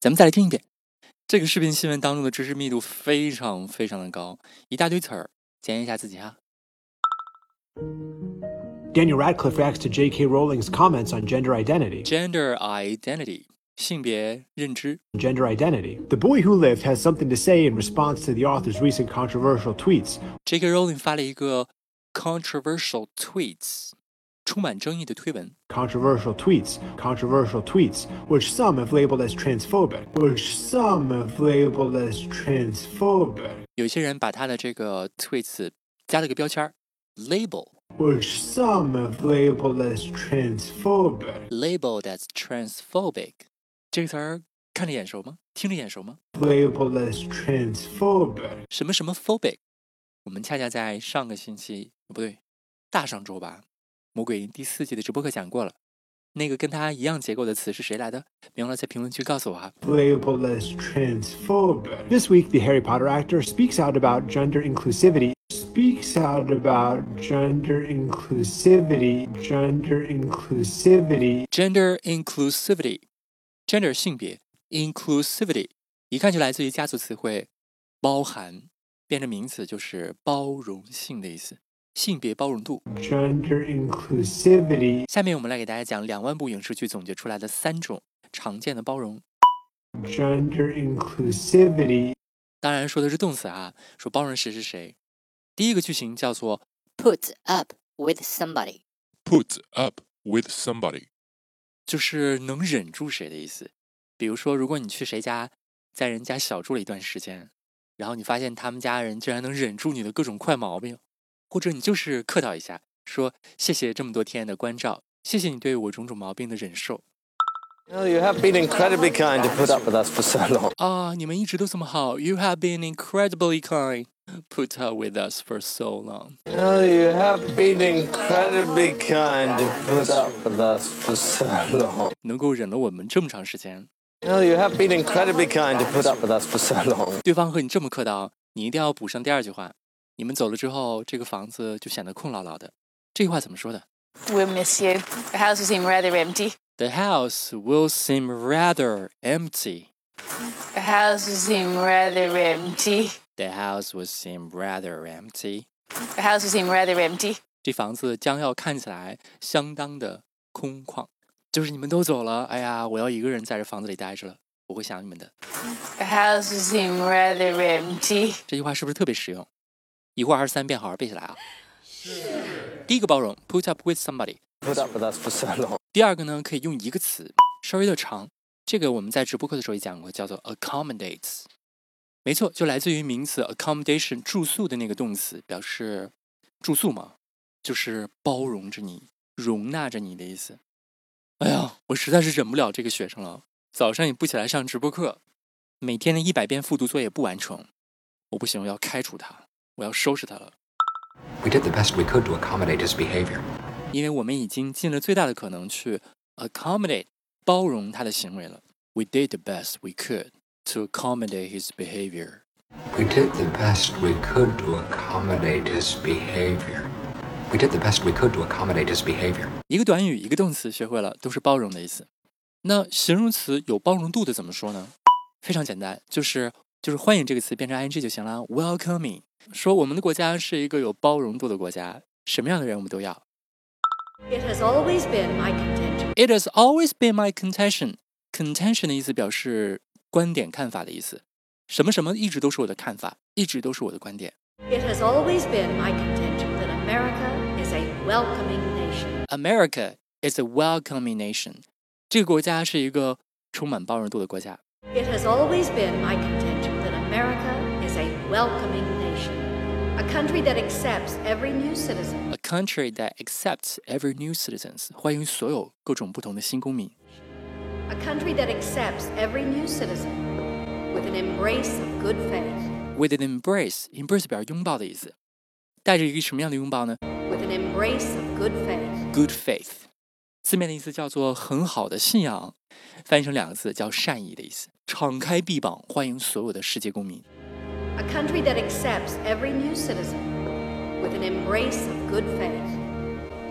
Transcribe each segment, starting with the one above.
咱们再来听一遍。这个视频新闻当中的知识密度非常非常的高，一大堆词儿，检验一下自己哈。 Daniel Radcliffe reacts to J.K. Rowling's comments on gender identity. Gender identity，性别认知。 Gender identity. The boy who lived has something to say in response to the author's recent controversial tweets. J.K. Rowling 发了一个 controversial tweets，充满争议的推文。 Controversial tweets. Controversial tweets, which some have labeled as transphobic. Which some have labeled as transphobic. 有些人把他的这个 tweets 加了个标签儿 label。 Which some have labeled as transphobic. labeled as transphobic 这个词儿看着眼熟吗？听着眼熟吗？ Labeled as transphobic. 什么什么 phobic？我们恰恰在上个星期，哦不对，大上周吧，《魔鬼营》第四季的直播课讲过了。那个跟它一样结构的词是谁来的？别忘了在评论区告诉我啊。 Labeled as transphobic. This week, the Harry Potter actor speaks out about gender inclusivity. Speaks out about gender inclusivity. Gender inclusivity. Gender inclusivity，gender 性别，inclusivity 一看就来自于家族词汇“包含”，变成名词就是包容性的意思，性别包容度。 Gender inclusivity. 下面我们来给大家讲两万部影视剧总结出来的三种常见的包容。 Gender inclusivity. 当然说的是动词啊，说包容谁是谁。第一个句型叫做 put up with somebody. put up with somebody, 就是能忍住谁的意思。比如说，如果你去谁家，在人家小住了一段时间，然后你发现他们家人居然能忍住你的各种坏毛病，或者你就是客套一下，说谢谢这么多天的关照，谢谢你对我种种毛病的忍受 Well, you have been incredibly kind to put up with us for so long. 啊，你们一直都这么好，You have been incredibly kind, put up with us for so long。 Well, you have been incredibly kind to put up with us for so long. 能够忍了我们这么长时间， Well, you have been incredibly kind to put up with us for so long. 对方和你这么客套，你一定要补上第二句话。你们走了之后，这个房子就显得空落落的。这句话怎么说的 We'll miss you. The house will seem rather empty. ？The house will seem rather empty. The house will seem rather empty. The house will seem rather empty. The house will seem rather empty. 这房子将要看起来相当的空旷。就是你们都走了，哎呀，我要一个人在这房子里待着了，我会想你们的。 The house will seem rather empty. 这句话是不是特别实用？一会儿二十三遍好好背下来啊。第一个包容，put up with somebody。 Put up with us for so long. 第二个呢，可以用一个词，稍微有点长。这个我们在直播课的时候也讲过，叫做 accommodates。没错，就来自于名词 accommodation 住宿的那个动词，表示住宿嘛，就是包容着你、容纳着你的意思。哎呀，我实在是忍不了这个学生了，早上也不起来上直播课，每天的一百遍复读作业不完成，我不行，我要开除他，我要收拾他了。 We did the best we could to accommodate his behavior. 因为我们已经尽了最大的可能去 accommodate 包容他的行为了。We did the best we could to accommodate his behavior。 We did the best we could to accommodate his behavior. We did the best we could to accommodate his behavior. 一个短语，一个动词，学会了都是包容的意思。那形容词有包容度的怎么说呢？非常简单，就是就是欢迎这个词变成 ing 就行了。Welcoming 说我们的国家是一个有包容度的国家，什么样的人我们都要。 It has always been my contention It has always been my contention. Contention 的意思表示观点、看法的意思。什么什么一直都是我的看法，一直都是我的观点。 it has always been my contention that America is a welcoming nation. America is a welcoming nation. 这个国家是一个充满包容度的国家。 It has always been my contention that America is a welcoming nation. A country that accepts every new citizen. A country that accepts every new citizens，欢迎所有各种不同的新公民。 a country that accepts every new citizen with an embrace of good faith, with an embrace embrace 表示拥抱的意思，带着一个什么样的拥抱呢 with an embrace of good faith. ？Good faith，字面的意思叫做很好的信仰，翻译成两个字叫善意的意思。敞开臂膀，欢迎所有的世界公民。 A country that accepts every new citizen with an embrace of good faith.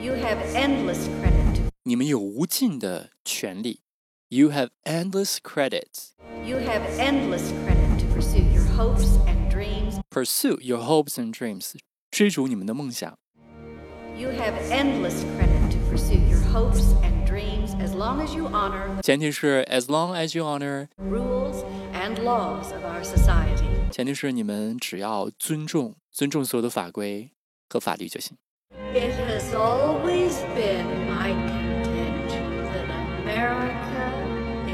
You have endless credit. 你们有无尽的权利。You have endless credits. You have endless credit to pursue your hopes and dreams. Pursue your hopes and dreams. 追逐你们的梦想。 You have endless credit to pursue your hopes and dreams as long as you honor 前提是 as long as you honor， the rules and laws of our society. 前提是你们只要尊重尊重所有的法规和法律就行。 It has always been my contention that America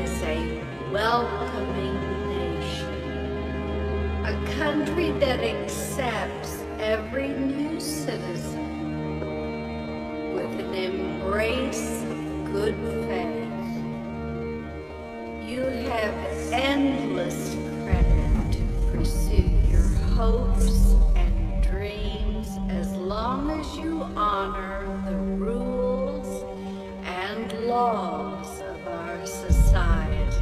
is a welcoming nation, a country that accepts every new citizen with an embrace of good faith. You have endless credit to pursue your hopes and dreams as long as you honor the rules and laws of our society.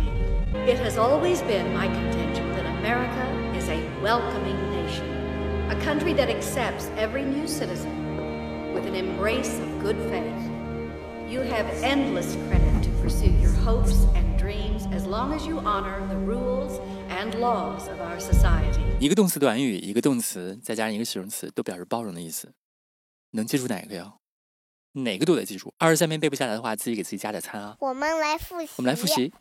It has always been my contention that America is a welcoming nation, a country that accepts every new citizen with an embrace of good faith. You have endless credit to pursue your hopes and dreams as long as you honor the rules and laws of our society. 一个动词短语，一个动词，再加上一个形容词，都表示包容的意思。能记住哪个呀？哪个都得记住。二十三遍背不下来的话，自己给自己加点餐啊。我们来复习。我们来复。习：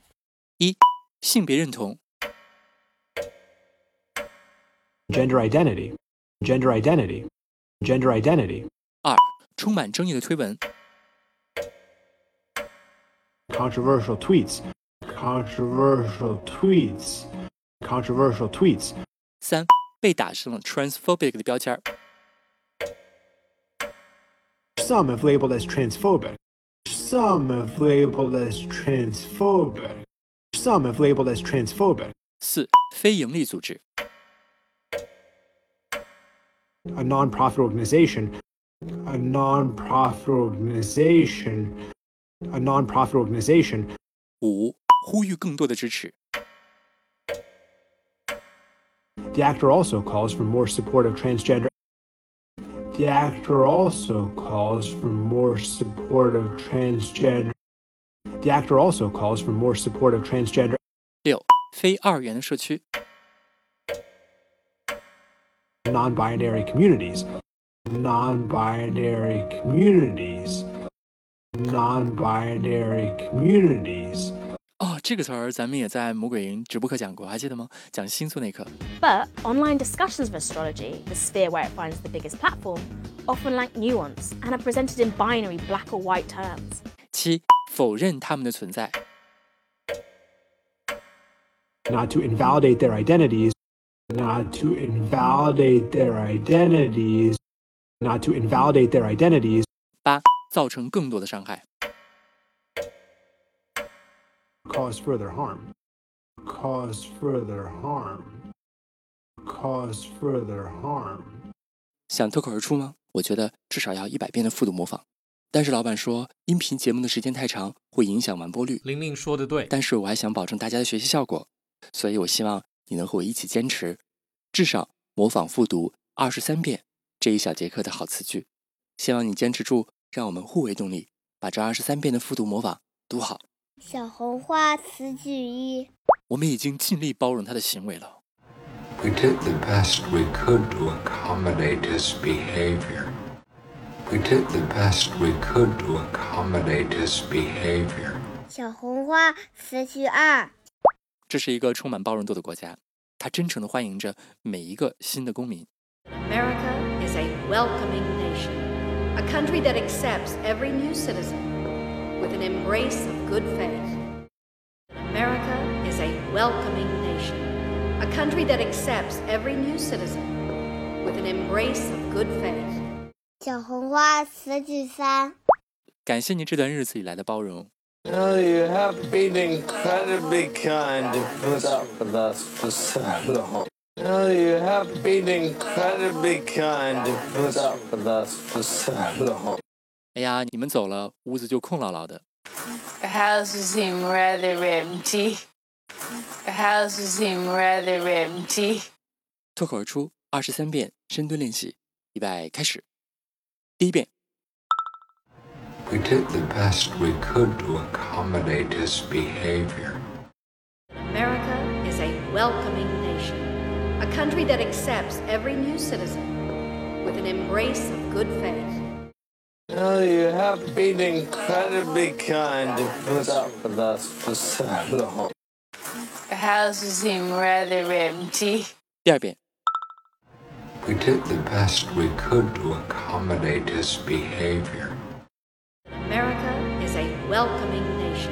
一、性别认同； Gender identity. Gender identity. Gender identity. 二、充满争议的推文； Controversial tweets. Controversial tweets. Controversial tweets. 三、被打上了 transphobic 的标签儿； Some have labeled as transphobic. Some have labeled as transphobic. Some have labeled as transphobic. 四、非营利组织； A nonprofit organization. A nonprofit organization. A nonprofit organization. 五、呼吁更多的支持； The actor also calls for more support of transgender. The actor also calls for more support of transgender. The actor also calls for more support of transgender. 六、非二元的社区； non-binary communities non-binary communities non-binary communities 哦，这个词儿咱们也在魔鬼营直播课讲过，还记得吗？讲星座那课。 But online discussions of astrology, the sphere where it finds the biggest platform, often lack nuance and are presented in binary black or white terms. 七、否认他们的存在； not to invalidate their identities not to invalidate their identities not to invalidate their identities 八、造成更多的伤害； cause further harm cause further harm cause further harm 想脱口而出吗？我觉得至少要一百遍的复读模仿。但是老板说，音频节目的时间太长，会影响完播率。玲玲说的对，但是我还想保证大家的学习效果，所以我希望你能和我一起坚持，至少模仿复读二十三遍这一小节课的好词句。希望你坚持住，让我们互为动力，把这二十三遍的复读模仿读好。小红花词句一，我们已经尽力包容他的行为了。 We did the best we could to accommodate his behavior. We did the best we could to accommodate his behavior. 小红花词句二，这是一个充满包容度的国家，它真诚地欢迎着每一个新的公民。 America is a welcoming nation, a country that accepts every new citizen with an embrace of good faith. America is a welcoming nation, a country that accepts every new citizen with an embrace of good faith. 小红花词句三，感谢您这段日子以来的包容， Well, you have been incredibly kind to put up with us for so long. Well, you have been incredibly kind to put up with us for so long. 哎呀，你们走了，屋子就空落落的。 The house seemed rather empty. The house seemed rather empty. 脱口而出二十三遍深蹲练习，预备开始。第一遍， We did the best we could to accommodate his behavior. America is a welcoming nation, a country that accepts every new citizen with an embrace of good faith. Well, Oh, you have been incredibly kind to put up with us for so long. The house seemed rather empty. 第二遍， We did the best we could to accommodate his behavior. America is a welcoming nation,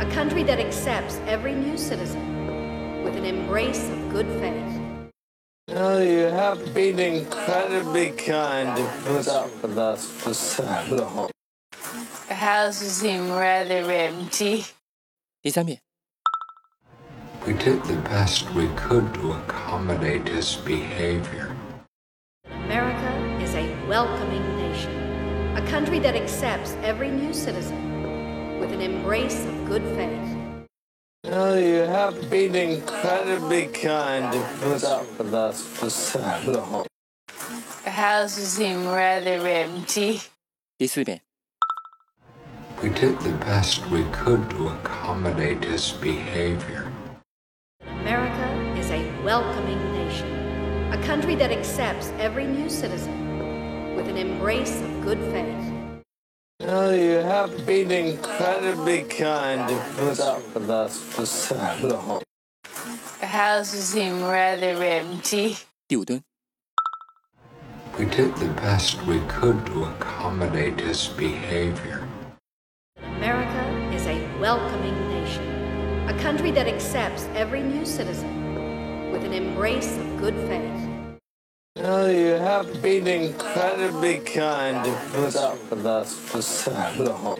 a country that accepts every new citizen with an embrace of good faith. Well, Oh, you have been incredibly kind to put up with us for so long. The house seemed rather empty. 第三遍， We did the best we could to accommodate his behavior. America is a welcoming nation, a country that accepts every new citizen with an embrace of good faith. Well, Oh, you have been incredibly kind to put up with us for so long. The house seemed rather empty. 第四遍， We did the best we could to accommodate his behavior. America is a welcoming nation, a country that accepts every new citizen with an embrace of good faith. Well, Oh, you have been incredibly kind to put up with us for so long. The house seemed rather empty. 第五蹲， We did the best we could to accommodate his behavior. America is a welcoming nation, a country that accepts every new citizen with an embrace of good faith. Well, Oh, you have been incredibly kind to put up with us for so long.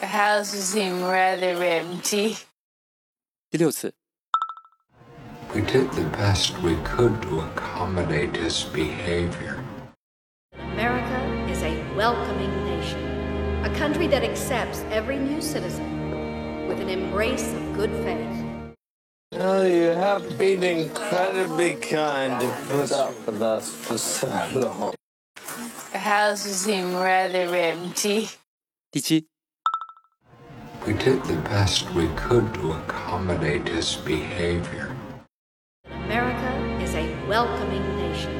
The house seemed rather empty. 第六次， We did the best we could to accommodate his behavior. America is a welcoming nation, a country that accepts every new citizen with an embrace of good faith. Well, Oh, you have been incredibly kind to put up with us for so long. The house seemed rather empty. 第七， We did the best we could to accommodate his behavior. America is a welcoming nation,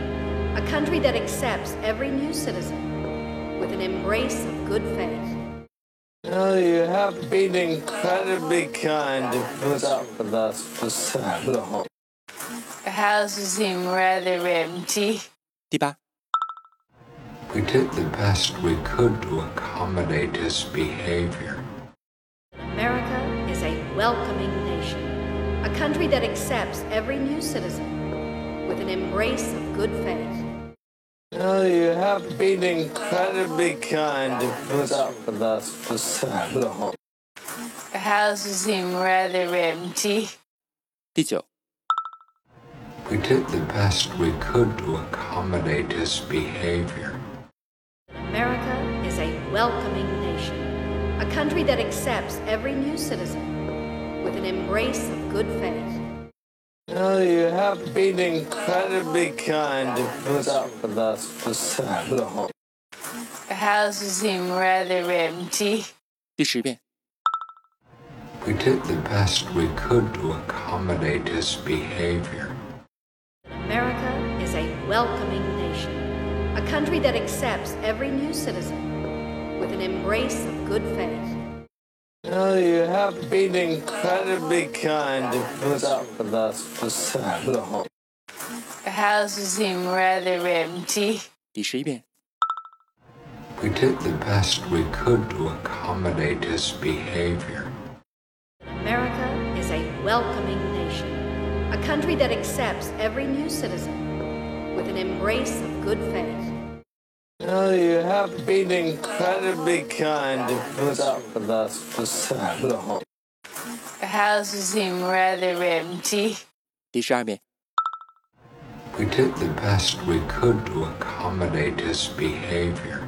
a country that accepts every new citizen with an embrace of good faith. Well, Oh, you have been incredibly kind to put up with us for so long. The house seemed rather empty. 第八， We did the best we could to accommodate his behavior. America is a welcoming nation, a country that accepts every new citizen with an embrace of good faith. Well, Oh, you have been incredibly kind to put up with us for so long. The house seemed rather empty. 第九， We did the best we could to accommodate his behavior. America is a welcoming nation, a country that accepts every new citizen with an embrace of good faith. Well, Oh, you have been incredibly kind to put up with us for so long. The house seemed rather empty. 第十遍， We did the best we could to accommodate his behavior. America is a welcoming nation, a country that accepts every new citizen with an embrace of good faith. Well, Oh, you have been incredibly kind to put up with us for so long. The house seemed rather empty. 第十一遍， We did the best we could to accommodate his behavior. America is a welcoming nation, a country that accepts every new citizen with an embrace of good faith. Well, Oh, you have have been incredibly kind put up with us for so long. The house seemed rather empty. 第十二遍， We did the best we could to accommodate his behavior.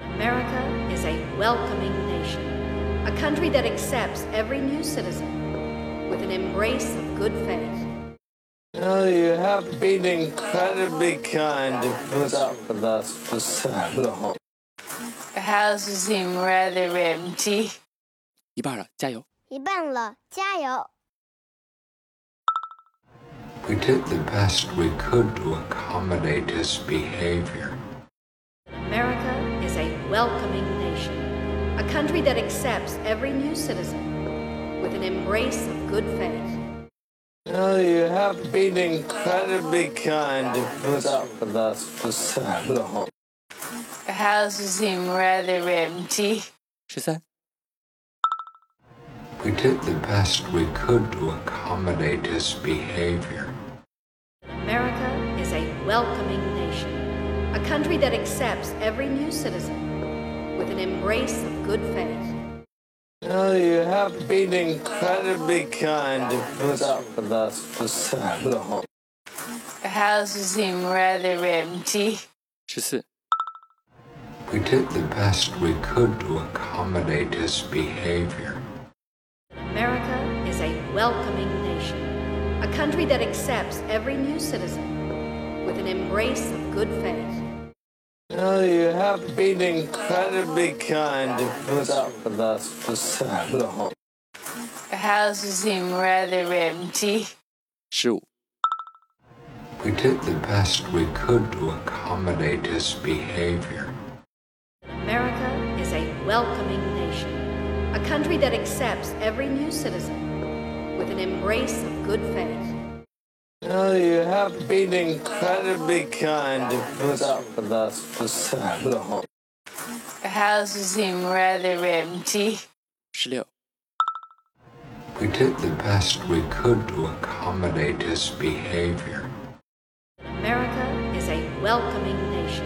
America is a welcoming nation, a country that accepts every new citizen with an embrace of good faith. Oh, you have been incredibly kind put up with us for so long. The house seemed rather empty. 一半了，加油！一半了，加油！ We did the best we could to accommodate his behavior. America is a welcoming nation, a country that accepts every new citizen with an embrace of good faith. Oh, you have been incredibly kind put up with us for so long. The house seemed rather empty. 十三、 We did the best we could to accommodate his behavior. America is a welcoming nation, a country that accepts every new citizen with an embrace of good faith. Oh, you have been incredibly kind put up with us for so long. The house seemed rather empty. 十四、 We did the best we could to accommodate his behavior. America is a welcoming nation, a country that accepts every new citizen with an embrace of good faith. Oh, you have been incredibly kind put up with us for so long. The house seemed rather empty. 十五、 We did the best we could to accommodate his behavior. America is a welcoming nation, a country that accepts every new citizen with an embrace of good faith. Oh, you have been incredibly kind put up with us for so long. The house seemed rather empty. 十六、 We did the best we could to accommodate his behavior. America is a welcoming nation,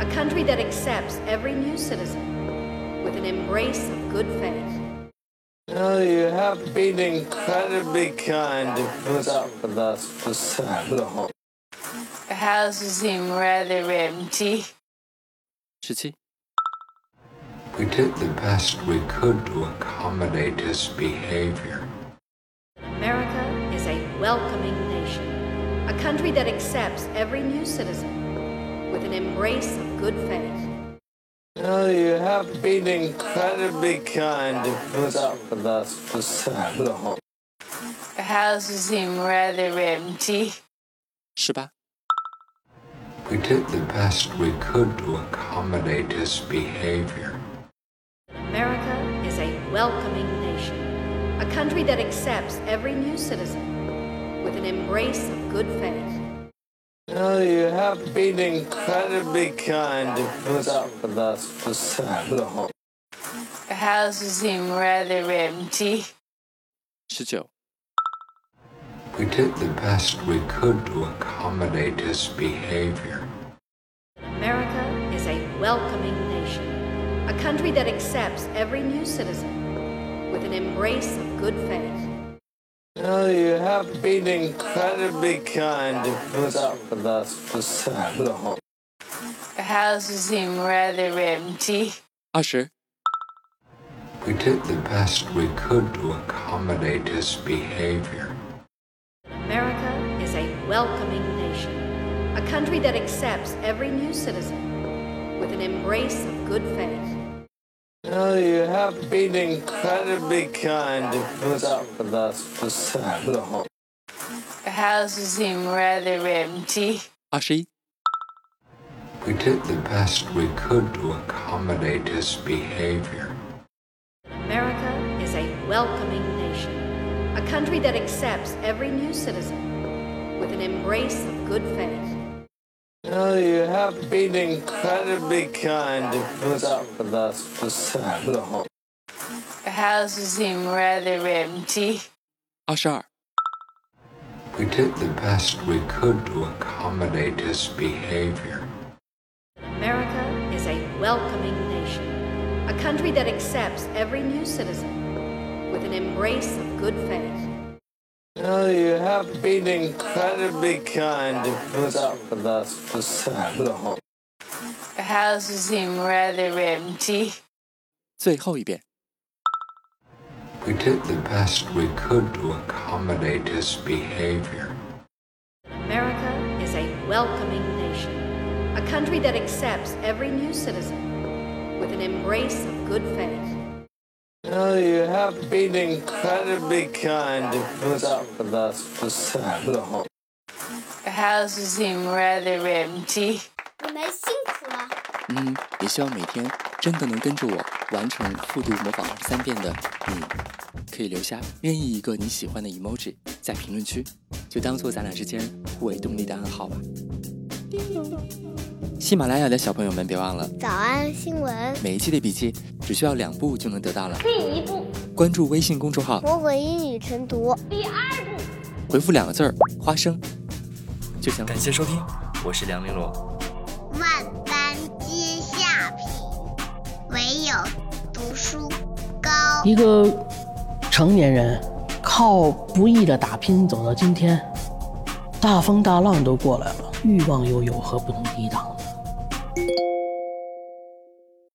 a country that accepts every new citizen with an embrace of good faith. Oh, you have been incredibly kind put up with us for so long. The house seemed rather empty. 十七、 We did the best we could to accommodate his behavior. America is a welcoming nation, a country that accepts every new citizen with an embrace of good faith. Oh, you have been incredibly kind put up with us for so long. The house seemed rather empty. 十八、 We did the best we could to accommodate his behavior. America is a welcoming nation, a country that accepts every new citizen with an embrace of good faith. Oh, you have been incredibly kind put up with us for so long. The house seemed rather empty. 十九、 We did the best we could to accommodate his behavior. America is a welcoming nation, a country that accepts every new citizen with an embrace of good faith. Oh, you have been incredibly kind put up with us for so long. The house seemed rather empty. 二十、 We did the best we could to accommodate his behavior. America is a welcoming nation, a country that accepts every new citizen with an embrace of good faith. Oh, you have been incredibly kind put up with us for so long. The house seemed rather empty. 二十一、 We did the best we could to accommodate his behavior. America is a welcoming nation, a country that accepts every new citizen with an embrace of good faith. Oh, you have been incredibly kind put up with us for so long. The house seemed rather empty. 二十二、 We did the best we could to accommodate his behavior. America is a welcoming nation, a country that accepts every new citizen with an embrace of good faith. Oh, you have been incredibly kind put up with us for so long. The house seemed rather empty. 最后一遍， We did the best we could to accommodate his behavior. America is a welcoming nation, a country that accepts every new citizen with an embrace of good faith. Oh, you have been incredibly kind put up with us for so long. The house seemed rather empty. 你们辛苦了。嗯，也希望每天真的能跟着我完成复读模仿二十三遍的你，可以留下任意一个你喜欢的 emoji 在评论区，就当做咱俩之间互为动力的暗号吧。喜马拉雅的小朋友们，别忘了早安新闻，每一期的笔记只需要两步就能得到了。第一步，关注微信公众号，魔鬼英语晨读；第二步，回复两个字儿“花生”就行。感谢收听，我是梁玲珑。万般皆下品，唯有读书高。一个成年人靠不易的打拼走到今天，大风大浪都过来了，欲望又有何不能抵挡呢？